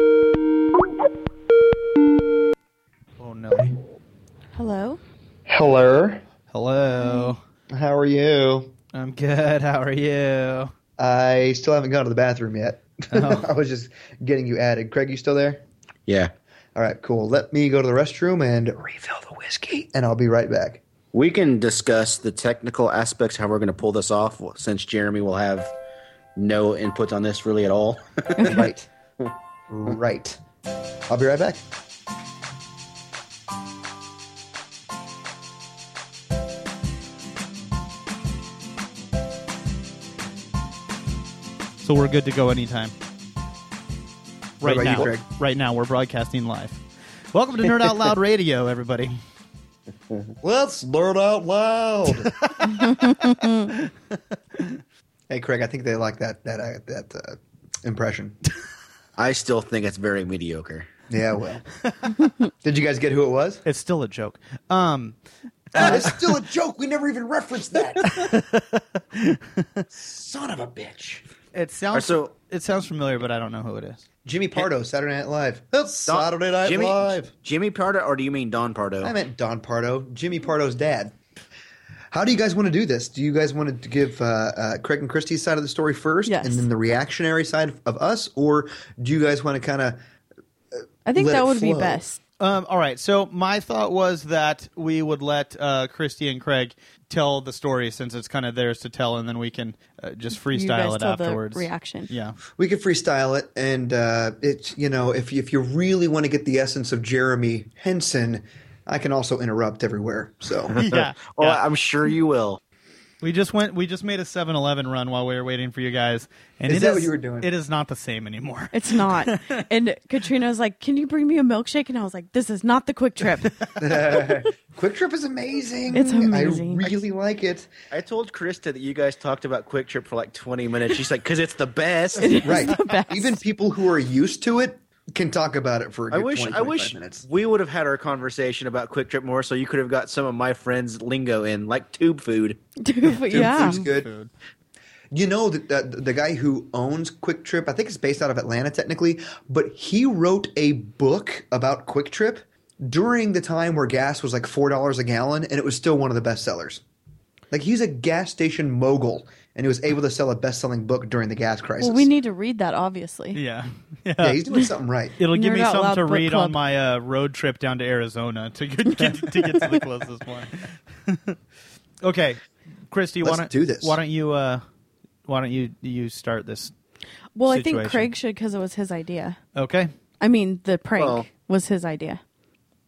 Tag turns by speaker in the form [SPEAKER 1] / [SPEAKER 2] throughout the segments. [SPEAKER 1] Oh, good. How are you?
[SPEAKER 2] I still haven't gone to the bathroom yet.
[SPEAKER 1] Oh.
[SPEAKER 2] I was just getting you added. Craig, you still there?
[SPEAKER 3] Yeah.
[SPEAKER 2] All right, cool. Let me go to the restroom and refill the whiskey, and I'll be right back.
[SPEAKER 3] We can discuss the technical aspects, how we're going to pull this off, since Jeremy will have no input on this really at all.
[SPEAKER 2] Right. right. I'll be right back.
[SPEAKER 1] So we're good to go anytime. Right
[SPEAKER 2] about you,
[SPEAKER 1] now,
[SPEAKER 2] Craig?
[SPEAKER 1] right now we're broadcasting live. Welcome to Nerd Out Loud Radio, everybody.
[SPEAKER 2] Let's nerd out loud. hey, Craig, I think they like that that uh, that uh, impression.
[SPEAKER 3] I still think it's very mediocre.
[SPEAKER 2] Yeah, well. Did you guys get who it was?
[SPEAKER 1] It's still a joke. Um,
[SPEAKER 2] it's still a joke. We never even referenced that. Son of a bitch.
[SPEAKER 1] it sounds
[SPEAKER 3] so-
[SPEAKER 1] it sounds familiar, but I don't know who it is.
[SPEAKER 2] Jimmy Pardo, Saturday Night Live. That's
[SPEAKER 3] Don-
[SPEAKER 2] Saturday Night
[SPEAKER 3] Jimmy,
[SPEAKER 2] Live.
[SPEAKER 3] Jimmy Pardo, or do you mean Don Pardo?
[SPEAKER 2] I meant Don Pardo, Jimmy Pardo's dad. How do you guys want to do this? Do you guys want to give uh, uh, Craig and Christie's side of the story first,
[SPEAKER 4] Yes.
[SPEAKER 2] and then the reactionary side of, of us, or do you guys want to kind of?
[SPEAKER 4] I think
[SPEAKER 2] Let it
[SPEAKER 4] that would be
[SPEAKER 2] flow.
[SPEAKER 4] best.
[SPEAKER 1] Um, all right. So my thought was that we would let uh, Christy and Craig tell the story since it's kind of theirs to tell, and then we can uh, just
[SPEAKER 4] you
[SPEAKER 1] freestyle
[SPEAKER 4] guys
[SPEAKER 1] it
[SPEAKER 4] tell
[SPEAKER 1] afterwards.
[SPEAKER 4] the reaction.
[SPEAKER 1] Yeah.
[SPEAKER 2] We could freestyle it, and uh, it's you know if you- if you really want to get the essence of Jeremy Henson, I can also interrupt everywhere. So
[SPEAKER 1] yeah.
[SPEAKER 3] Oh,
[SPEAKER 1] yeah.
[SPEAKER 3] I'm sure you will.
[SPEAKER 1] We just went. We just made a 7-Eleven run while we were waiting for you guys. And
[SPEAKER 2] Is
[SPEAKER 1] it
[SPEAKER 2] that what you were doing?
[SPEAKER 1] It is not the same anymore.
[SPEAKER 4] It's not. and Katrina was like, "Can you bring me a milkshake?" And I was like, "This is not the quick trip."
[SPEAKER 2] Quick Trip is amazing.
[SPEAKER 4] It's amazing.
[SPEAKER 2] I really like it.
[SPEAKER 3] I told Krista that you guys talked about Quick Trip for like 20 minutes. She's like, because it's the best.
[SPEAKER 2] Right.
[SPEAKER 4] the best.
[SPEAKER 2] Even people who are used to it can talk about it for a good
[SPEAKER 3] I wish
[SPEAKER 2] 20,
[SPEAKER 3] I wish
[SPEAKER 2] 25 minutes.
[SPEAKER 3] we would have had our conversation about Quick Trip more, so you could have got some of my friends' lingo in, like tube food.
[SPEAKER 4] Dude, but yeah,
[SPEAKER 2] food's good. You know that the, the guy who owns Quick Trip, I think it's based out of Atlanta technically, but he wrote a book about Quick Trip during the time where gas was like four dollars a gallon, and it was still one of the best sellers. Like he's a gas station mogul, and he was able to sell a best-selling book during the gas crisis.
[SPEAKER 4] well, we need to read that, obviously.
[SPEAKER 1] Yeah. Yeah.
[SPEAKER 2] yeah, he's doing something right.
[SPEAKER 1] It'll give
[SPEAKER 4] Nerd
[SPEAKER 1] me
[SPEAKER 4] Out
[SPEAKER 1] something
[SPEAKER 4] Loud
[SPEAKER 1] to
[SPEAKER 4] Book
[SPEAKER 1] read on
[SPEAKER 4] Club.
[SPEAKER 1] my uh, road trip down to Arizona to get, get- to get to the closest one. okay, Christy, why
[SPEAKER 2] Let's
[SPEAKER 1] don't
[SPEAKER 2] do this.
[SPEAKER 1] Why don't you? Uh, why don't you you start this?
[SPEAKER 4] Well, I
[SPEAKER 1] Situation.
[SPEAKER 4] think Craig should because it was his idea.
[SPEAKER 1] Okay.
[SPEAKER 4] I mean, the prank
[SPEAKER 3] Well-
[SPEAKER 4] was his idea.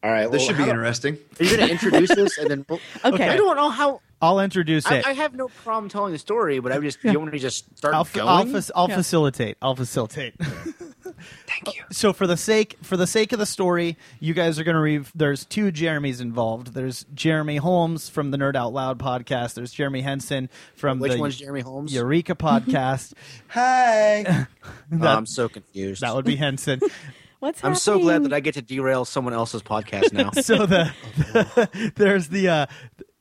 [SPEAKER 3] All right,
[SPEAKER 2] This should be
[SPEAKER 3] interesting.
[SPEAKER 2] interesting.
[SPEAKER 3] Are you going to introduce this and then?
[SPEAKER 4] Okay.
[SPEAKER 3] I don't know how.
[SPEAKER 1] I'll introduce
[SPEAKER 3] I,
[SPEAKER 1] it.
[SPEAKER 3] I have no problem telling the story, but I just you want me to just start
[SPEAKER 1] I'll, fa-
[SPEAKER 3] going.
[SPEAKER 1] I'll, fac- I'll
[SPEAKER 4] Yeah.
[SPEAKER 1] facilitate. I'll facilitate.
[SPEAKER 2] Thank you.
[SPEAKER 1] so for the sake for the sake of the story, you guys are going to read. There's two Jeremys involved. There's Jeremy Holmes from the Nerd Out Loud podcast. There's Jeremy Henson from
[SPEAKER 3] Which
[SPEAKER 1] the
[SPEAKER 3] one's Jeremy Holmes?
[SPEAKER 1] Eureka podcast.
[SPEAKER 2] Hi.
[SPEAKER 3] Oh, I'm so confused.
[SPEAKER 1] that would be Henson.
[SPEAKER 4] What's
[SPEAKER 3] I'm
[SPEAKER 4] happening?
[SPEAKER 3] so glad that I get to derail someone else's podcast now.
[SPEAKER 1] so the, there's the uh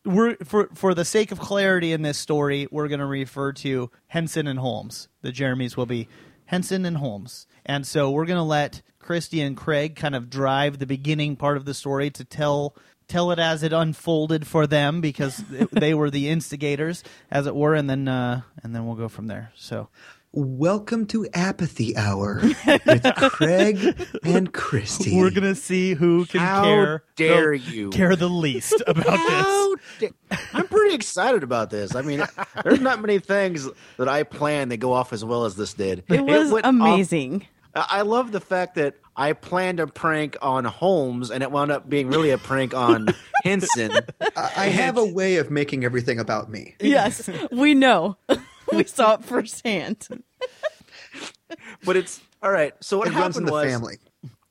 [SPEAKER 1] we're for for the sake of clarity in this story we're going to refer to henson and holmes the jeremys will be henson and holmes and so we're going to let christy and craig kind of drive the beginning part of the story to tell tell it as it unfolded for them because th- they were the instigators as it were and then uh and then we'll go from there so
[SPEAKER 2] Welcome to Apathy Hour with Craig and Christy.
[SPEAKER 1] we're going to see who can
[SPEAKER 3] How
[SPEAKER 1] care the-
[SPEAKER 3] dare you.
[SPEAKER 1] care the least about this
[SPEAKER 3] How da- I'm pretty excited about this. I mean, there's not many things that I plan that go off as well as this did.
[SPEAKER 4] it was
[SPEAKER 3] went off-
[SPEAKER 4] amazing.
[SPEAKER 3] I I love the fact that I planned a prank on Holmes and it wound up being really a prank on Henson.
[SPEAKER 2] I, I have a way of making everything about me.
[SPEAKER 4] yes, we know. we saw it firsthand.
[SPEAKER 3] But it's all right. So what
[SPEAKER 2] It runs in
[SPEAKER 3] happened
[SPEAKER 2] the
[SPEAKER 3] was
[SPEAKER 2] family.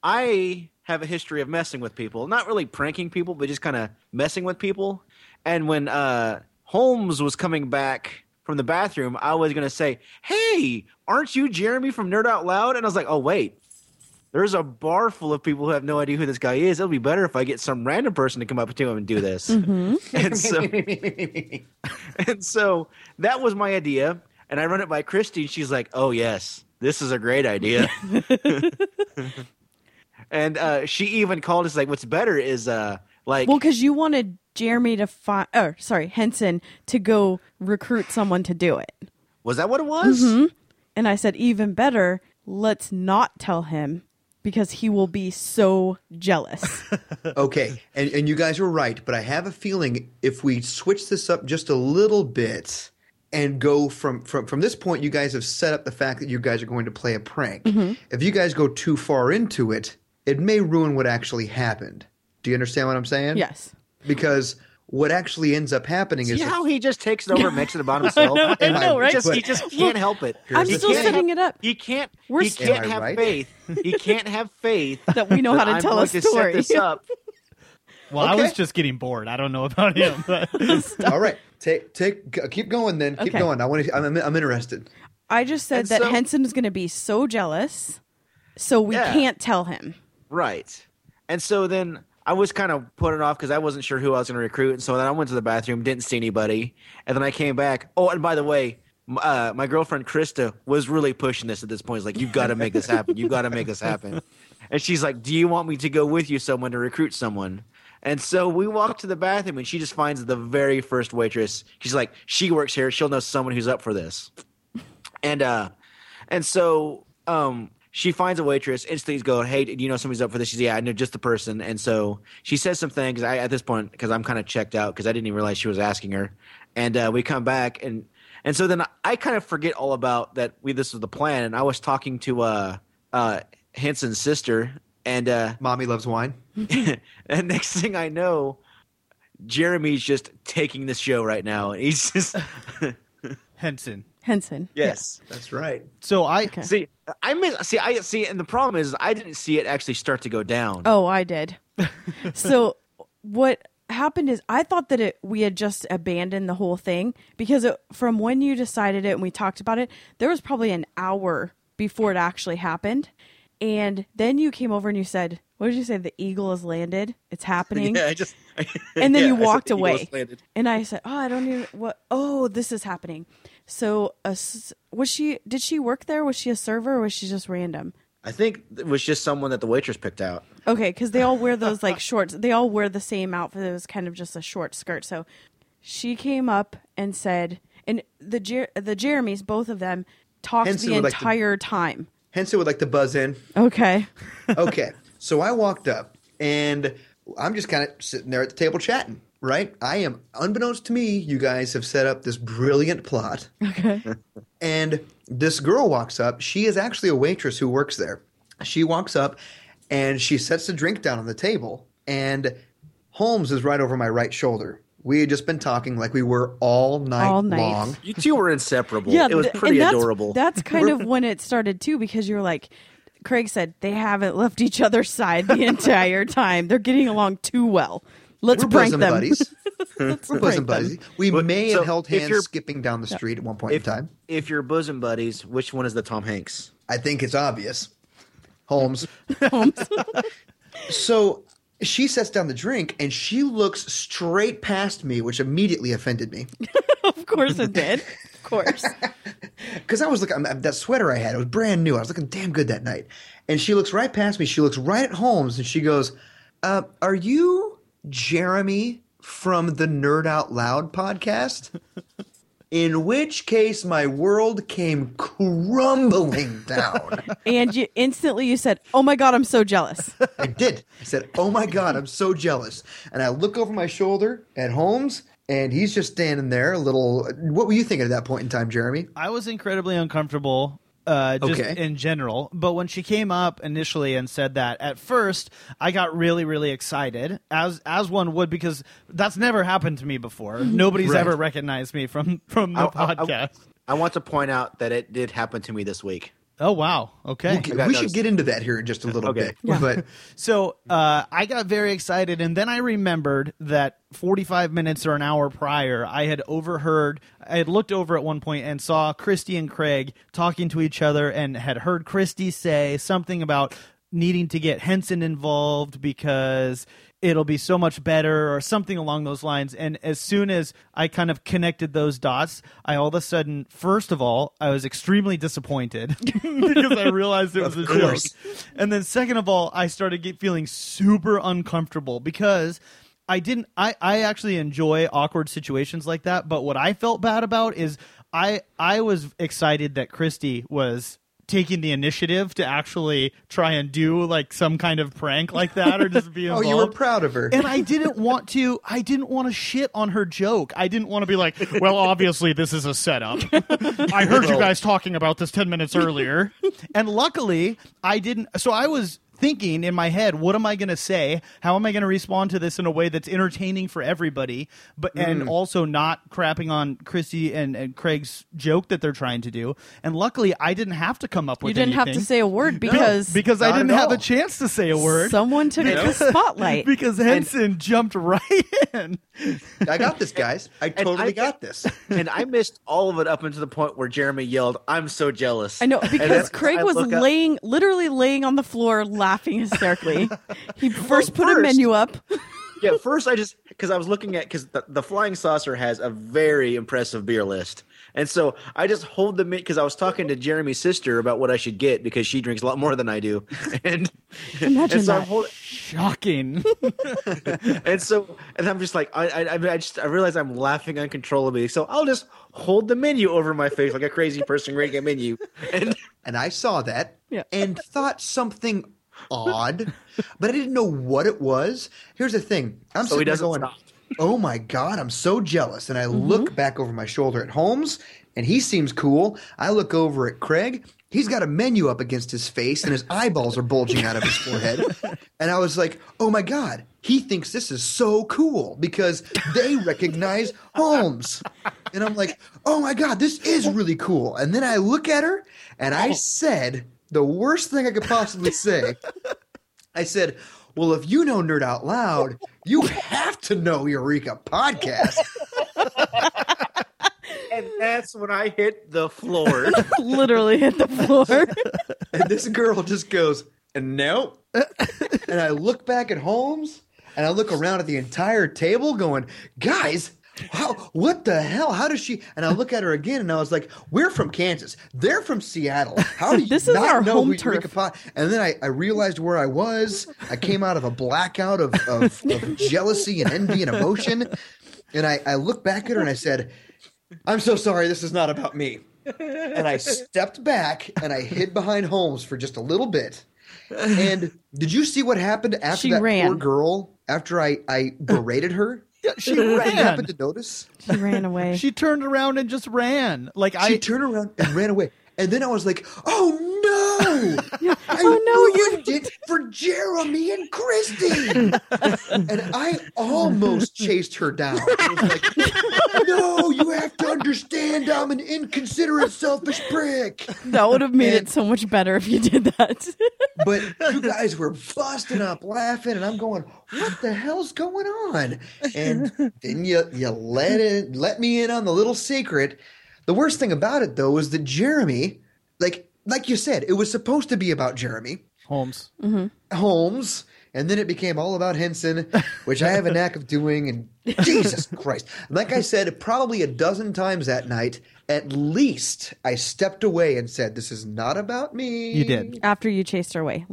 [SPEAKER 3] I have a history of messing with people, not really pranking people, but just kind of messing with people. And when uh, Holmes was coming back from the bathroom, I was going to say, Hey, aren't you Jeremy from Nerd Out Loud? And I was like, Oh, wait. There's a bar full of people who have no idea who this guy is. It'll be better if I get some random person to come up to him and do this.
[SPEAKER 4] Mm-hmm.
[SPEAKER 3] And so, and so that was my idea. And I run it by Christy, and she's like, "Oh yes, this is a great idea." and uh, she even called us like, "What's better is uh, Like,
[SPEAKER 4] Well, because you wanted Jeremy to find, oh, sorry, Henson to go recruit someone to do it.
[SPEAKER 3] was that what it was?
[SPEAKER 4] mm-hmm. And I said, even better, let's not tell him because he will be so jealous.
[SPEAKER 2] Okay, and, and you guys were right, but I have a feeling if we switch this up just a little bit and go from, from, from this point, you guys have set up the fact that you guys are going to play a prank. If you guys go too far into it, it may ruin what actually happened. Do you understand what I'm saying?
[SPEAKER 4] yes.
[SPEAKER 2] Because what actually ends up happening is
[SPEAKER 3] See
[SPEAKER 2] that-
[SPEAKER 3] how he just takes it over, and makes it about himself.
[SPEAKER 4] I know,
[SPEAKER 3] he
[SPEAKER 4] right?
[SPEAKER 3] Just, he
[SPEAKER 2] But-
[SPEAKER 3] just can't help it.
[SPEAKER 4] I'm
[SPEAKER 3] He
[SPEAKER 4] still
[SPEAKER 3] can't
[SPEAKER 4] setting
[SPEAKER 3] have-
[SPEAKER 4] it up.
[SPEAKER 3] He can't.
[SPEAKER 4] We're
[SPEAKER 3] he
[SPEAKER 4] still-
[SPEAKER 3] can't
[SPEAKER 2] Am I
[SPEAKER 3] have
[SPEAKER 2] right?
[SPEAKER 3] faith. He can't have faith
[SPEAKER 4] That we know how to
[SPEAKER 3] I'm
[SPEAKER 4] tell
[SPEAKER 3] going
[SPEAKER 4] a
[SPEAKER 3] to
[SPEAKER 4] story.
[SPEAKER 3] set this up.
[SPEAKER 1] Well, I
[SPEAKER 2] Okay.
[SPEAKER 1] was just getting bored. I don't know about him. but-
[SPEAKER 2] all right, take take g- keep going then. Keep
[SPEAKER 4] Okay.
[SPEAKER 2] going. I want to. I'm, I'm, I'm interested.
[SPEAKER 4] I just said
[SPEAKER 3] And
[SPEAKER 4] that
[SPEAKER 3] so-
[SPEAKER 4] Henson is going to be so jealous, so we
[SPEAKER 3] Yeah.
[SPEAKER 4] can't tell him.
[SPEAKER 3] Right. And so then I was kind of put it off because I wasn't sure who I was going to recruit. And so then I went to the bathroom, didn't see anybody. And then I came back. Oh, and by the way, m- uh, my girlfriend Krista was really pushing this at this point. It's like, you've got to make this happen. You've got to make this happen. And she's like, Do you want me to go with you someone to recruit someone? And so we walk to the bathroom and she just finds the very first waitress. She's like, She works here. She'll know someone who's up for this. And uh and so um she finds a waitress, instantly is going, Hey, do you know somebody's up for this? She's yeah, I know just the person. And so she says some things I at this point, because I'm kind of checked out because I didn't even realize she was asking her. And uh, we come back and and so then I, kind of forget all about that we this was the plan and I was talking to uh uh Henson's sister and uh
[SPEAKER 2] Mommy loves wine.
[SPEAKER 3] and next thing I know, Jeremy's just taking the show right now. And he's just
[SPEAKER 1] Henson.
[SPEAKER 4] Henson.
[SPEAKER 3] Yes.
[SPEAKER 2] That's right.
[SPEAKER 1] So I
[SPEAKER 3] See, I miss. See, I see, and the problem is, I didn't see it actually start to go down.
[SPEAKER 4] Oh, I did. so what happened is I thought that it we had just abandoned the whole thing because it, from when you decided it and we talked about it, there was probably an hour before it actually happened. And then you came over and you said, "What did you say? The eagle has landed. It's happening."
[SPEAKER 3] yeah, I just.
[SPEAKER 4] and then
[SPEAKER 3] yeah,
[SPEAKER 4] you
[SPEAKER 3] I said
[SPEAKER 4] walked
[SPEAKER 3] the eagle
[SPEAKER 4] away.
[SPEAKER 3] has landed.
[SPEAKER 4] And I said, "Oh, I don't even what. Oh, this is happening." So, a s was she? Did she work there? Was she a server? or Was she just random?
[SPEAKER 3] I think it was just someone that the waitress picked out.
[SPEAKER 4] Okay, because they all wear those like shorts. They all wear the same outfit. It was kind of just a short skirt. So she came up and said, and the Jer- the Jeremys, both of them, talked
[SPEAKER 2] Henson
[SPEAKER 4] the
[SPEAKER 2] would like to-
[SPEAKER 4] entire time.
[SPEAKER 2] Henson would like to buzz in.
[SPEAKER 4] Okay,
[SPEAKER 2] okay. So I walked up and I'm just kind of sitting there at the table chatting, right? I am, unbeknownst to me, you guys have set up this brilliant plot.
[SPEAKER 4] okay,
[SPEAKER 2] And this girl walks up. She is actually a waitress who works there. She walks up and she sets the drink down on the table. And Holmes is right over my right shoulder. We had just been talking like we were all night,
[SPEAKER 4] All night.
[SPEAKER 2] long.
[SPEAKER 3] You two were inseparable.
[SPEAKER 4] yeah.
[SPEAKER 3] it was
[SPEAKER 4] th-
[SPEAKER 3] pretty
[SPEAKER 4] and that's,
[SPEAKER 3] adorable.
[SPEAKER 4] That's kind of when it started too, because you're like, Craig said they haven't left each other's side the entire time. They're getting along too well. Let's
[SPEAKER 2] We're
[SPEAKER 4] prank
[SPEAKER 2] bosom
[SPEAKER 4] them.
[SPEAKER 2] buddies.
[SPEAKER 4] Let's
[SPEAKER 2] We're bosom
[SPEAKER 4] prank them.
[SPEAKER 2] buddies. We
[SPEAKER 3] But-
[SPEAKER 2] may
[SPEAKER 3] so
[SPEAKER 2] have held
[SPEAKER 3] if you're-
[SPEAKER 2] hands skipping down the street at one point
[SPEAKER 3] if
[SPEAKER 2] in time.
[SPEAKER 3] if you're bosom buddies, which one is the Tom Hanks?
[SPEAKER 2] I think it's obvious. Holmes. so she sets down the drink and she looks straight past me, which immediately offended me
[SPEAKER 4] Of course it did. Of course.
[SPEAKER 2] because I was looking I'm- that sweater I had. It was brand new. I was looking damn good that night. And she looks right past me. She looks right at Holmes and she goes, uh, "Are you Jeremy from the Nerd Out Loud podcast?" In which case, my world came crumbling down.
[SPEAKER 4] and you instantly you said, "Oh my god, I'm so jealous."
[SPEAKER 2] I did. I said, "Oh my god, I'm so jealous." And I look over my shoulder at Holmes, and he's just standing there, a little. What were you thinking at that point in time, Jeremy?
[SPEAKER 1] I was incredibly uncomfortable, uh, just
[SPEAKER 2] Okay.
[SPEAKER 1] in general. But when she came up initially and said that, at first I got really, really excited, as as one would, because that's never happened to me before. Nobody's
[SPEAKER 2] Right.
[SPEAKER 1] ever recognized me from from the
[SPEAKER 3] I- I-
[SPEAKER 1] podcast.
[SPEAKER 3] I want to point out that it did happen to me this week.
[SPEAKER 1] oh wow, okay.
[SPEAKER 2] Okay,
[SPEAKER 3] got
[SPEAKER 2] we
[SPEAKER 3] noticed.
[SPEAKER 2] should get into that here in just a little
[SPEAKER 3] Okay.
[SPEAKER 2] bit. But
[SPEAKER 1] So uh, I got very excited, and then I remembered that 45 minutes or an hour prior, I had overheard, I had looked over at one point and saw Christy and Craig talking to each other, and had heard Christy say something about needing to get Henson involved because it'll be so much better or something along those lines and as soon as i kind of connected those dots i all of a sudden first of all i was extremely disappointed because i realized it was a joke
[SPEAKER 2] course.
[SPEAKER 1] and then second of all i started get feeling super uncomfortable because I didn't I, I actually enjoy awkward situations like that, but what I felt bad about is I I was excited that Christy was taking the initiative to actually try and do like some kind of prank like that or just be
[SPEAKER 2] Oh,
[SPEAKER 1] involved.
[SPEAKER 2] you were proud of her.
[SPEAKER 1] and I didn't want to I didn't want to shit on her joke. I didn't want to be like, well, obviously this is a setup. I heard you guys talking about this 10 minutes earlier. and luckily, I didn't so I was thinking in my head, what am I going to say? How am I going to respond to this in a way that's entertaining for everybody, but and also not crapping on Christy and, and Craig's joke that they're trying to do. And luckily, I didn't have to come up with
[SPEAKER 4] you didn't have to
[SPEAKER 1] anything.
[SPEAKER 4] say a word because
[SPEAKER 1] because I
[SPEAKER 2] Not
[SPEAKER 1] didn't
[SPEAKER 2] at
[SPEAKER 1] have a
[SPEAKER 2] all.
[SPEAKER 1] chance to say a word
[SPEAKER 4] someone took the spotlight.
[SPEAKER 1] because Henson jumped right in.
[SPEAKER 2] I got this, guys. I totally
[SPEAKER 3] I-
[SPEAKER 2] got this.
[SPEAKER 3] and I missed all of it up until the point where Jeremy yelled, "I'm so jealous."
[SPEAKER 4] I know
[SPEAKER 3] And
[SPEAKER 4] because
[SPEAKER 3] then
[SPEAKER 4] Craig
[SPEAKER 3] I
[SPEAKER 4] was
[SPEAKER 3] look up-
[SPEAKER 4] laying, literally laying on the floor, laughing hysterically. he first put a
[SPEAKER 3] first-
[SPEAKER 4] menu up.
[SPEAKER 3] yeah, first I just because I was looking at because the, the flying saucer has a very impressive beer list, and so I just hold the because I was talking to Jeremy's sister about what I should get because she drinks a lot more than I do, and
[SPEAKER 4] Imagine
[SPEAKER 3] and so I'm
[SPEAKER 4] that.
[SPEAKER 3] hold-
[SPEAKER 1] Shocking.
[SPEAKER 3] and so and I'm just like I I, I mean, I just I realize I'm laughing uncontrollably, so I'll just hold the menu over my face like a crazy person reading a menu, and
[SPEAKER 2] And I saw that
[SPEAKER 4] Yeah.
[SPEAKER 2] and thought something odd, but I didn't know what it was. Here's the thing I'm
[SPEAKER 3] So he
[SPEAKER 2] sitting there
[SPEAKER 3] doesn't
[SPEAKER 2] going,
[SPEAKER 3] stop.
[SPEAKER 2] Oh my God, I'm so jealous. And I look back over my shoulder at Holmes, and he seems cool. I look over at Craig. He's got a menu up against his face, and his eyeballs are bulging out of his forehead. And I was like, oh my God, he thinks this is so cool because they recognize Holmes. And I'm like, oh my God, this is really cool. And then I look at her, and I said the worst thing I could possibly say. I said, "Well, if you know Nerd Out Loud, you have to know Eureka Podcast."
[SPEAKER 3] and that's when I hit the floor.
[SPEAKER 4] literally hit the floor.
[SPEAKER 2] and this girl just goes, "Nope." and I look back at Holmes, and I look around at the entire table, going, "Guys." How, what the hell? How does she? And I look at her again, and I was like, "We're from Kansas. They're from Seattle. How do you
[SPEAKER 4] This is
[SPEAKER 2] not
[SPEAKER 4] our
[SPEAKER 2] know
[SPEAKER 4] home
[SPEAKER 2] who Eureka
[SPEAKER 4] turf."
[SPEAKER 2] pot. And then I, I realized where I was. I came out of a blackout of, of, of jealousy and envy and emotion. And I, I looked back at her and I said, I'm so sorry, this is not about me. And I stepped back and I hid behind Holmes for just a little bit. And did you see what happened after
[SPEAKER 4] She
[SPEAKER 2] that poor
[SPEAKER 4] ran.
[SPEAKER 2] girl? After I, I berated her?
[SPEAKER 1] Yeah, she
[SPEAKER 2] I didn't happen
[SPEAKER 1] ran.
[SPEAKER 2] to notice.
[SPEAKER 4] she ran away.
[SPEAKER 1] She turned around and just ran. Like
[SPEAKER 2] She
[SPEAKER 1] I
[SPEAKER 2] turned around and ran away. And then I was like, oh no! I
[SPEAKER 4] Oh, no, you-
[SPEAKER 2] ruined it for Jeremy and Christy! and I almost chased her down. I was like, no, you have to understand I'm an inconsiderate, selfish prick.
[SPEAKER 4] that would have made it
[SPEAKER 2] And-
[SPEAKER 4] so much better if you did that.
[SPEAKER 2] But you guys were busting up laughing, and I'm going, what the hell's going on? And then you, you let, it, let me in on the little secret. The worst thing about it, though, is that Jeremy, like, like you said, it was supposed to be about Jeremy.
[SPEAKER 1] Holmes.
[SPEAKER 2] Holmes, and then it became all about Henson, which I have a knack of doing. And Jesus Christ, like I said, probably a dozen times that night, at least I stepped away and said, "This is not about me."
[SPEAKER 1] You did.
[SPEAKER 4] After you chased her away,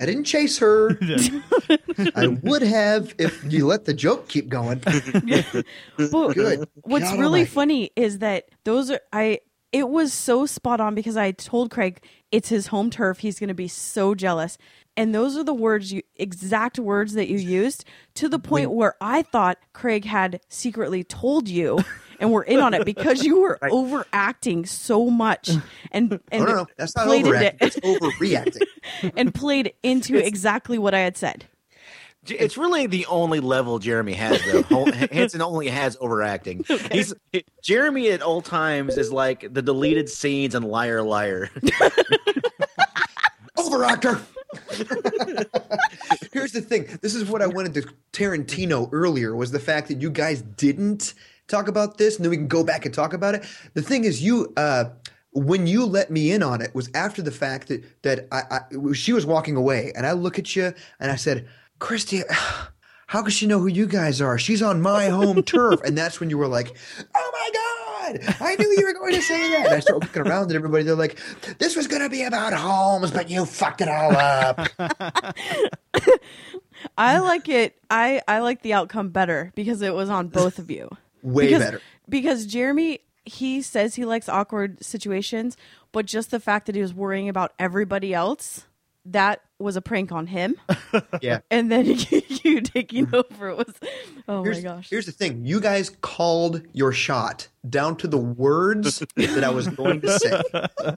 [SPEAKER 2] I didn't chase her.
[SPEAKER 1] You did.
[SPEAKER 2] I would have if you let the joke keep going.
[SPEAKER 4] Well,
[SPEAKER 2] Mm-hmm. Good
[SPEAKER 4] What's
[SPEAKER 2] God
[SPEAKER 4] really
[SPEAKER 2] almighty.
[SPEAKER 4] funny is that those are I. It was so spot on because I told Craig it's his home turf. He's going to be so jealous, and those are the words you exact words that you used to the point where I thought Craig had secretly told you, and we're in on it because you were overacting so much and and
[SPEAKER 2] No, no, no. That's not
[SPEAKER 4] played it-
[SPEAKER 2] overacting. That's overreacting.
[SPEAKER 4] and played into exactly what I had said.
[SPEAKER 3] J- It's really the only level Jeremy has, though. Hol- Hanson only has overacting. He's Jeremy at all times is like the deleted scenes and liar, liar.
[SPEAKER 2] Overactor. Here's the thing. This is what I wanted to Tarantino earlier was the fact that you guys didn't talk about this, and then we can go back and talk about it. The thing is, you uh, when you let me in on it was after the fact that that I, I she was walking away, and I look at you and I said, Christy. How could she know who you guys are? She's on my home turf. And that's when you were like, oh my God, I knew you were going to say that. And I started looking around at everybody. They're like, this was going to be about Holmes, but you fucked it all up.
[SPEAKER 4] I like it. I I like the outcome better because it was on both of you.
[SPEAKER 2] Way
[SPEAKER 4] Because-
[SPEAKER 2] better.
[SPEAKER 4] Because Jeremy he says he likes awkward situations, but just the fact that he was worrying about everybody else, that was a prank on him.
[SPEAKER 2] Yeah.
[SPEAKER 4] and then you taking over was oh
[SPEAKER 2] Here's,
[SPEAKER 4] my gosh.
[SPEAKER 2] here's the thing. You guys called your shot down to the words that I was going to say.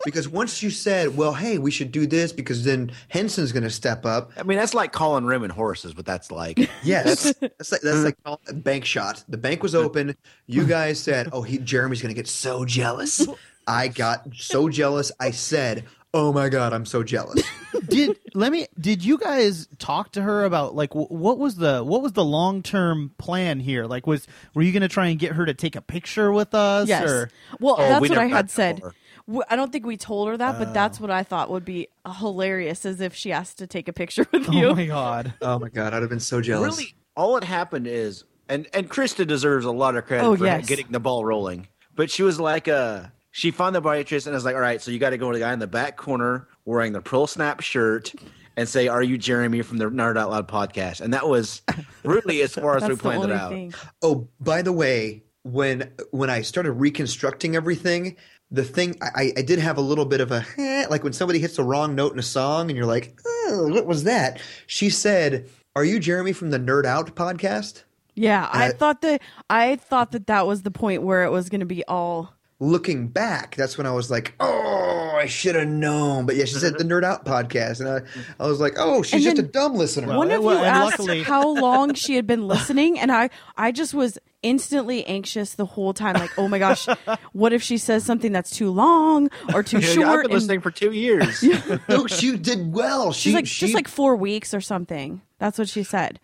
[SPEAKER 2] Because once you said, well, hey, we should do this because then Henson's going to step up.
[SPEAKER 3] I mean, that's like calling Roman horses, but that's like
[SPEAKER 2] Yes. that's like, that's like calling a bank shot. The bank was open. You guys said, oh, he, Jeremy's going to get so jealous. I got so jealous. I said, oh my God, I'm so jealous.
[SPEAKER 1] did let me did you guys talk to her about like wh- what was the what was the long term plan here like was were you going to try and get her to take a picture with us
[SPEAKER 4] yes.
[SPEAKER 1] or
[SPEAKER 4] Well,
[SPEAKER 3] Oh, we
[SPEAKER 4] that's what I
[SPEAKER 3] never
[SPEAKER 4] had
[SPEAKER 3] got Oh.
[SPEAKER 4] said.
[SPEAKER 3] her.
[SPEAKER 4] W- I don't think we told her that, but that's what I thought would be hilarious is if she asked to take a picture with you.
[SPEAKER 1] oh my god
[SPEAKER 2] oh my God, I'd have been so jealous.
[SPEAKER 3] really all it happened is and and Krista deserves a lot of credit
[SPEAKER 4] Oh,
[SPEAKER 3] for
[SPEAKER 4] yes.
[SPEAKER 3] getting the ball rolling. But she was like uh she found the waitress and I was like, all right, so you got to go to the guy in the back corner wearing the Pearl Snap shirt and say, "Are you Jeremy from the Nerd Out Loud podcast?" And that was really as far as we
[SPEAKER 4] That's the
[SPEAKER 3] planned it
[SPEAKER 4] only
[SPEAKER 3] out.
[SPEAKER 4] thing.
[SPEAKER 2] Oh, by the way, when when I started reconstructing everything, the thing I, I did have a little bit of a eh, like when somebody hits the wrong note in a song and you're like, oh, what was that? She said, "Are you Jeremy from the Nerd Out podcast?"
[SPEAKER 4] Yeah, I
[SPEAKER 2] Uh,
[SPEAKER 4] thought that I thought that that was the point where it was going to be all.
[SPEAKER 2] Looking back, that's when I was like, "Oh, I should have known." But yeah, she said the Nerd Out podcast, and I, I was like, "Oh, she's
[SPEAKER 4] And
[SPEAKER 2] just a
[SPEAKER 4] then
[SPEAKER 2] dumb listener."
[SPEAKER 4] One of
[SPEAKER 1] well,
[SPEAKER 4] you
[SPEAKER 1] and
[SPEAKER 4] asked
[SPEAKER 1] luckily-
[SPEAKER 4] how long she had been listening, and I I just was instantly anxious the whole time. Like, oh my gosh, what if she says something that's too long or too
[SPEAKER 3] Yeah,
[SPEAKER 4] short?
[SPEAKER 3] I've been
[SPEAKER 4] and-
[SPEAKER 3] listening for two years.
[SPEAKER 2] no, she did well. She
[SPEAKER 4] she's like
[SPEAKER 2] she
[SPEAKER 4] just like four weeks or something. That's what she said.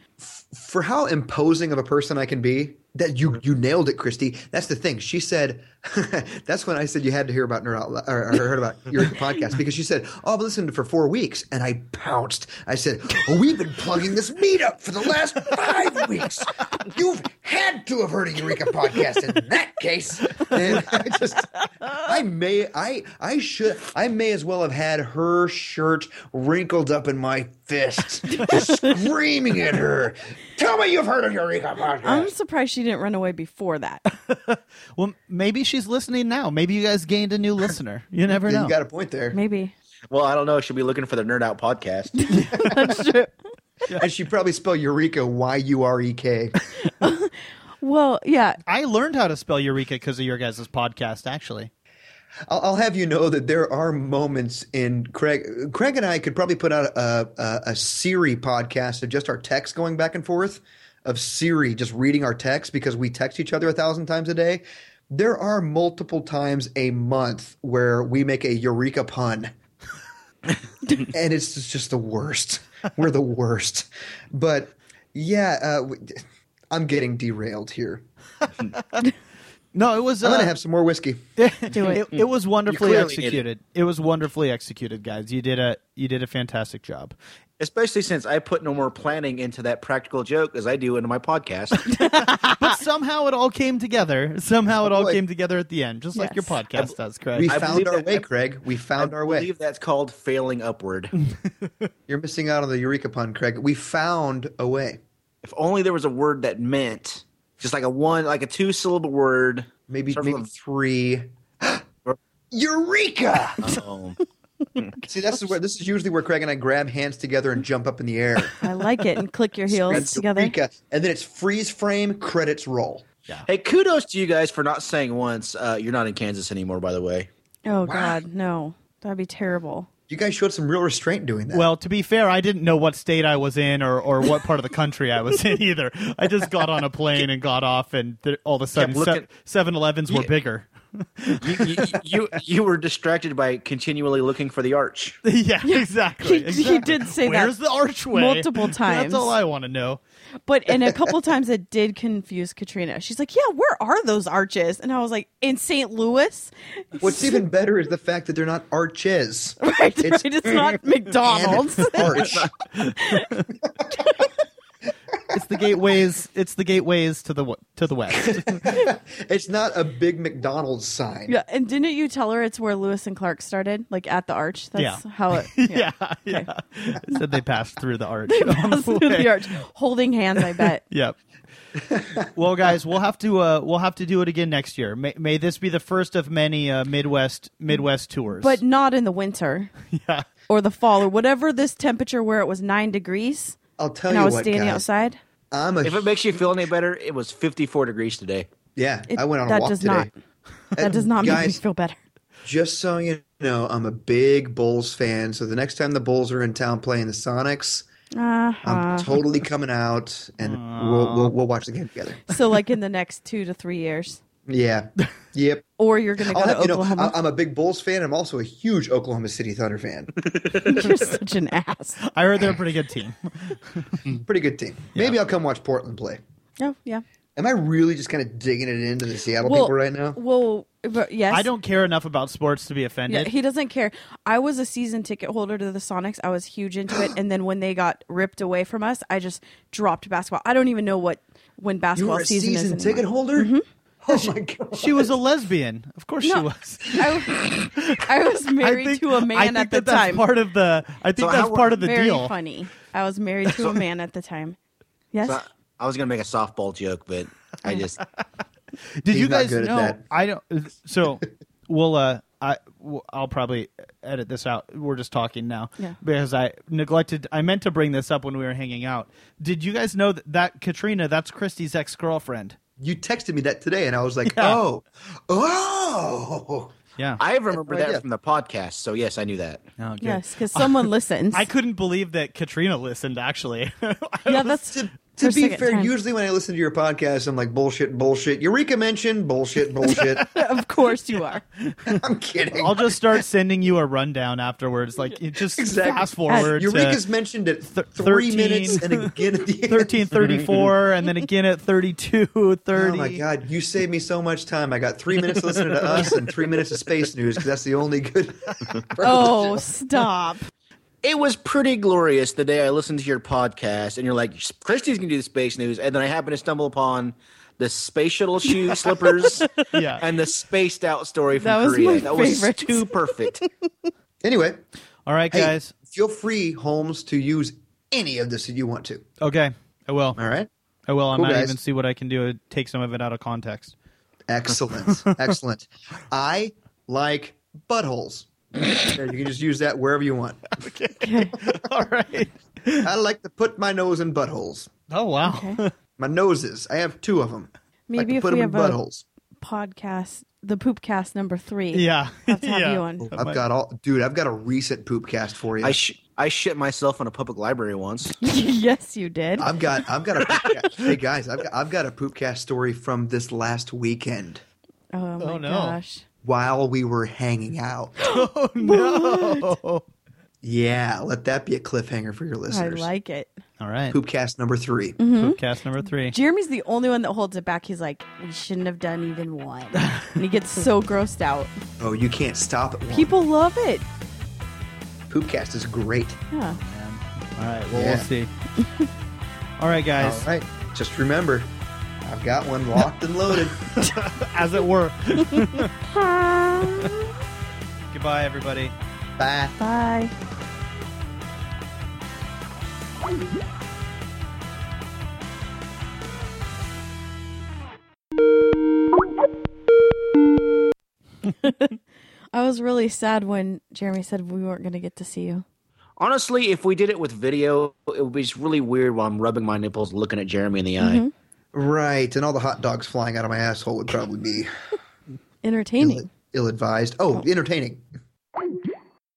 [SPEAKER 2] for how imposing of a person I can be, that you you nailed it, Christy. That's the thing. She said, that's when I said you had to hear about Nerd Out Lou- or, or heard about your podcast because she said, "Oh, I've listened to it for four weeks," and I pounced. I said, oh, "We've been plugging this meetup for the last five weeks. You've had to have heard of Eureka podcast in that case." And I just, I may, I, I should, I may as well have had her shirt wrinkled up in my fist, just screaming at her. Tell me you've heard of Eureka podcast.
[SPEAKER 4] I'm surprised she didn't run away before that.
[SPEAKER 1] well maybe she's listening now maybe you guys gained a new listener you never know
[SPEAKER 2] You got a point there.
[SPEAKER 4] Maybe.
[SPEAKER 3] well, I don't know. She'll be looking for the Nerd Out podcast.
[SPEAKER 2] And she probably spelled Eureka Y U R E K.
[SPEAKER 4] Well, yeah.
[SPEAKER 1] i learned how to spell eureka because of your guys' podcast actually
[SPEAKER 2] I'll, I'll have you know that there are moments in Craig. Craig and I could probably put out a, a, a Siri podcast of just our text going back and forth, of Siri just reading our text because we text each other a thousand times a day. There are multiple times a month where we make a Eureka pun. and it's just- just the worst. We're the worst. But yeah, uh, w- I'm getting derailed here.
[SPEAKER 1] no it was
[SPEAKER 2] I'm
[SPEAKER 1] uh,
[SPEAKER 2] going to have some more whiskey.
[SPEAKER 4] Do it.
[SPEAKER 1] it, it was wonderfully
[SPEAKER 3] clearly did it.
[SPEAKER 1] executed it was wonderfully executed guys you did a you did a fantastic job
[SPEAKER 3] Especially since I put no more planning into that practical joke as I do into my podcast.
[SPEAKER 1] but somehow it all came together. Somehow it all
[SPEAKER 2] Like-
[SPEAKER 1] came together at the end, just like your
[SPEAKER 4] Yes.
[SPEAKER 1] podcast does,
[SPEAKER 2] We
[SPEAKER 1] Craig.
[SPEAKER 3] I
[SPEAKER 2] found
[SPEAKER 3] believe
[SPEAKER 2] our
[SPEAKER 3] that-
[SPEAKER 2] way,
[SPEAKER 3] I-
[SPEAKER 2] Craig. We
[SPEAKER 3] I
[SPEAKER 2] found our way.
[SPEAKER 3] believe that's called failing upward.
[SPEAKER 2] You're missing out on the Eureka pun, Craig. We found a way.
[SPEAKER 3] if only there was a word that meant just like a one, like a two syllable word.
[SPEAKER 2] Maybe
[SPEAKER 3] Sort of
[SPEAKER 2] maybe
[SPEAKER 3] a-
[SPEAKER 2] three. Eureka!
[SPEAKER 3] Um,
[SPEAKER 2] See, this is where this is usually where Craig and I grab hands together and jump up in the air.
[SPEAKER 4] I like it. And click your heels
[SPEAKER 2] That's
[SPEAKER 4] together.
[SPEAKER 2] Eureka, and then it's freeze frame, credits roll.
[SPEAKER 3] hey, kudos to you guys for not saying once uh, you're not in Kansas anymore. By the way,
[SPEAKER 4] Oh, God. No. That'd be terrible.
[SPEAKER 2] You guys showed some real restraint doing that.
[SPEAKER 1] Well, to be fair, I didn't know what state I was in or, or what part of the country I was in either. I just got on a plane and got off, and th- all of a sudden,
[SPEAKER 3] looking-
[SPEAKER 1] Seven Elevens were
[SPEAKER 3] Yeah.
[SPEAKER 1] bigger.
[SPEAKER 3] you, you, you you were distracted by continually looking for the arch.
[SPEAKER 1] yeah, exactly.
[SPEAKER 4] He- he
[SPEAKER 1] exactly.
[SPEAKER 4] did say that
[SPEAKER 1] Where's the archway?
[SPEAKER 4] multiple times.
[SPEAKER 1] That's all I want to know.
[SPEAKER 4] But and a couple times it did confuse Katrina. She's like, "Yeah, where are those arches?" And I was like, "In St. Louis."
[SPEAKER 2] What's even better is the fact that they're not arches.
[SPEAKER 4] Right? right, It's, not McDonald's.
[SPEAKER 2] An arch.
[SPEAKER 1] it's the gateways. It's the gateways to the w- to the west.
[SPEAKER 2] It's not a big McDonald's sign.
[SPEAKER 4] Yeah, and didn't you tell her it's where Lewis and Clark started, like at the arch? That's
[SPEAKER 1] Yeah.
[SPEAKER 4] how it.
[SPEAKER 1] yeah, yeah. Said they passed through the arch. on the
[SPEAKER 4] Passed through
[SPEAKER 1] way.
[SPEAKER 4] the arch, holding hands. I bet.
[SPEAKER 1] Yep. well, guys, we'll have to uh, we'll have to do it again next year. May, may this be the first of many uh, Midwest Midwest tours.
[SPEAKER 4] but not in the winter
[SPEAKER 1] yeah,
[SPEAKER 4] or the fall or whatever this temperature where it was nine degrees
[SPEAKER 2] I'll tell
[SPEAKER 4] and
[SPEAKER 2] you
[SPEAKER 4] I was
[SPEAKER 2] what,
[SPEAKER 4] standing
[SPEAKER 2] guys,
[SPEAKER 4] outside.
[SPEAKER 2] I'm a
[SPEAKER 3] If it makes you feel any better, it was 54 degrees today.
[SPEAKER 2] yeah.
[SPEAKER 4] It-
[SPEAKER 2] I went on a
[SPEAKER 4] that
[SPEAKER 2] walk
[SPEAKER 4] does
[SPEAKER 2] today.
[SPEAKER 4] not- That does not make me
[SPEAKER 2] guys-
[SPEAKER 4] feel better.
[SPEAKER 2] Just so you know, I'm a big Bulls fan. So the next time the Bulls are in town playing the Sonics, I'm
[SPEAKER 4] Uh-huh.
[SPEAKER 2] totally coming out, and we'll, we'll we'll watch the game together.
[SPEAKER 4] so like in the next two to three years,
[SPEAKER 2] Yeah. Yep.
[SPEAKER 4] or you're gonna go
[SPEAKER 2] I'll
[SPEAKER 4] to
[SPEAKER 2] have, you know,
[SPEAKER 4] Oklahoma.
[SPEAKER 2] I- I'm a big Bulls fan. I'm also a huge Oklahoma City Thunder fan.
[SPEAKER 4] you're such an ass.
[SPEAKER 1] I heard they're a pretty good team.
[SPEAKER 2] Pretty good team. Maybe I'll come watch Portland play.
[SPEAKER 4] Oh yeah.
[SPEAKER 2] Am I really just kind of digging it into the Seattle people right now?
[SPEAKER 4] Well, but yes.
[SPEAKER 1] I don't care enough about sports to be
[SPEAKER 4] Yeah,
[SPEAKER 1] offended.
[SPEAKER 4] he doesn't care. I was a season ticket holder to the Sonics. I was huge into it, and then when they got ripped away from us, I just dropped basketball. I don't even know what when
[SPEAKER 2] You
[SPEAKER 4] basketball
[SPEAKER 2] were a
[SPEAKER 4] season,
[SPEAKER 2] season,
[SPEAKER 4] is. anymore.
[SPEAKER 2] ticket holder? Oh my god!
[SPEAKER 1] she was a lesbian. Of course she
[SPEAKER 4] No.
[SPEAKER 1] was.
[SPEAKER 4] I, I was married to a
[SPEAKER 1] I
[SPEAKER 4] man
[SPEAKER 1] think
[SPEAKER 4] at the
[SPEAKER 1] that that's
[SPEAKER 4] time.
[SPEAKER 1] Part of the I think
[SPEAKER 3] So
[SPEAKER 1] that's
[SPEAKER 3] how-
[SPEAKER 1] part of the
[SPEAKER 4] Very
[SPEAKER 1] deal.
[SPEAKER 4] funny. I was married to a man at the time. Yes.
[SPEAKER 3] So I, I was going to make a softball joke, but I just.
[SPEAKER 1] Did
[SPEAKER 2] He's
[SPEAKER 1] you
[SPEAKER 2] not
[SPEAKER 1] guys
[SPEAKER 2] good at
[SPEAKER 1] know?
[SPEAKER 2] that.
[SPEAKER 1] I don't. uh, So we'll. Uh, I w- I'll probably edit this out. We're just talking now
[SPEAKER 4] Yeah.
[SPEAKER 1] because I neglected. I meant to bring this up when we were hanging out. Did you guys know that, that Katrina? That's Christy's ex girlfriend.
[SPEAKER 2] You texted me that today, and I was like,
[SPEAKER 1] Yeah.
[SPEAKER 2] "Oh, oh!"
[SPEAKER 1] Yeah.
[SPEAKER 3] I remember
[SPEAKER 2] Right,
[SPEAKER 3] that
[SPEAKER 2] yeah.
[SPEAKER 3] from the podcast, so yes, I knew that.
[SPEAKER 1] Oh, good.
[SPEAKER 4] Yes, because someone listens.
[SPEAKER 1] I couldn't believe that Katrina listened. Actually,
[SPEAKER 4] yeah, that's
[SPEAKER 2] To,
[SPEAKER 4] her
[SPEAKER 2] to be
[SPEAKER 4] second
[SPEAKER 2] fair,
[SPEAKER 4] time.
[SPEAKER 2] usually when I listen to your podcast, I'm like, "Bullshit, bullshit." Eureka mention, bullshit, bullshit.
[SPEAKER 4] of course you are.
[SPEAKER 2] I'm kidding.
[SPEAKER 1] I'll just start sending you a rundown afterwards. Like, you just
[SPEAKER 2] Exactly.
[SPEAKER 1] fast forward. to,
[SPEAKER 2] Eureka's mentioned at
[SPEAKER 1] thir-
[SPEAKER 2] three
[SPEAKER 1] 13.
[SPEAKER 2] minutes, and again at the end.
[SPEAKER 1] 1334 and then again at 32 30
[SPEAKER 2] Oh my god, you saved me so much time. I got three minutes listening to us and three minutes of space news because that's the only good.
[SPEAKER 4] Oh, stop.
[SPEAKER 3] It was pretty glorious the day I listened to your podcast, and you're like, Christy's going to do the space news. And then I happened to stumble upon the space shuttle shoe slippers
[SPEAKER 1] Yeah.
[SPEAKER 3] and the spaced out story from
[SPEAKER 4] That was
[SPEAKER 3] Korea.
[SPEAKER 4] my
[SPEAKER 3] that
[SPEAKER 4] favorite.
[SPEAKER 3] was too perfect.
[SPEAKER 2] anyway,
[SPEAKER 1] all right
[SPEAKER 2] hey,
[SPEAKER 1] guys
[SPEAKER 2] feel free, Holmes, to use any of this that you want to.
[SPEAKER 1] okay i will
[SPEAKER 2] All right.
[SPEAKER 1] i will i
[SPEAKER 2] Cool,
[SPEAKER 1] might
[SPEAKER 2] guys.
[SPEAKER 1] even see what i can do to take some of it out of context
[SPEAKER 2] Excellent. Excellent. I like buttholes. There, you can just use that wherever you want.
[SPEAKER 1] all right
[SPEAKER 2] I like to put my nose in buttholes.
[SPEAKER 1] oh wow
[SPEAKER 4] Okay.
[SPEAKER 2] My noses. I have two of them. like
[SPEAKER 4] Maybe
[SPEAKER 2] to
[SPEAKER 4] if
[SPEAKER 2] put
[SPEAKER 4] we
[SPEAKER 2] them
[SPEAKER 4] have a
[SPEAKER 2] in buttholes.
[SPEAKER 4] podcast, the poopcast number three.
[SPEAKER 1] yeah
[SPEAKER 4] Have to have
[SPEAKER 1] yeah.
[SPEAKER 4] you on.
[SPEAKER 2] I've got all, dude. I've got a recent poop cast for you.
[SPEAKER 3] Oh I, sh- I shit myself in a public library once.
[SPEAKER 4] yes, you did.
[SPEAKER 2] I've got I've got a poop cast. hey guys, I've got, I've got a poopcast story from this last weekend
[SPEAKER 4] Oh, my
[SPEAKER 1] no.
[SPEAKER 4] gosh.
[SPEAKER 2] while we were hanging out.
[SPEAKER 1] oh no
[SPEAKER 2] Yeah, let that be a cliffhanger for your
[SPEAKER 4] I
[SPEAKER 2] listeners.
[SPEAKER 4] like it. Mm-hmm.
[SPEAKER 1] all right
[SPEAKER 2] poopcast number 3
[SPEAKER 1] cast number three
[SPEAKER 4] Jeremy's the only one that holds it back. He's like, we shouldn't have done even one. and he gets so grossed out.
[SPEAKER 2] Oh, you can't stop it. One.
[SPEAKER 4] People love it.
[SPEAKER 2] Poopcast is great.
[SPEAKER 4] Yeah.
[SPEAKER 1] Um, all right well
[SPEAKER 2] Yeah.
[SPEAKER 1] we'll see all right
[SPEAKER 2] All
[SPEAKER 1] guys
[SPEAKER 2] right, just remember, I've got one locked and loaded.
[SPEAKER 1] as it were goodbye everybody
[SPEAKER 2] Bye.
[SPEAKER 4] Bye. I was really sad when Jeremy said we weren't going to get to see you.
[SPEAKER 3] Honestly, if we did it with video, it would be just really weird while I'm rubbing my nipples looking at Jeremy in the eye.
[SPEAKER 2] Right, and all the hot dogs flying out of my asshole would probably be
[SPEAKER 4] Entertaining.
[SPEAKER 2] ill advised. Oh, entertaining.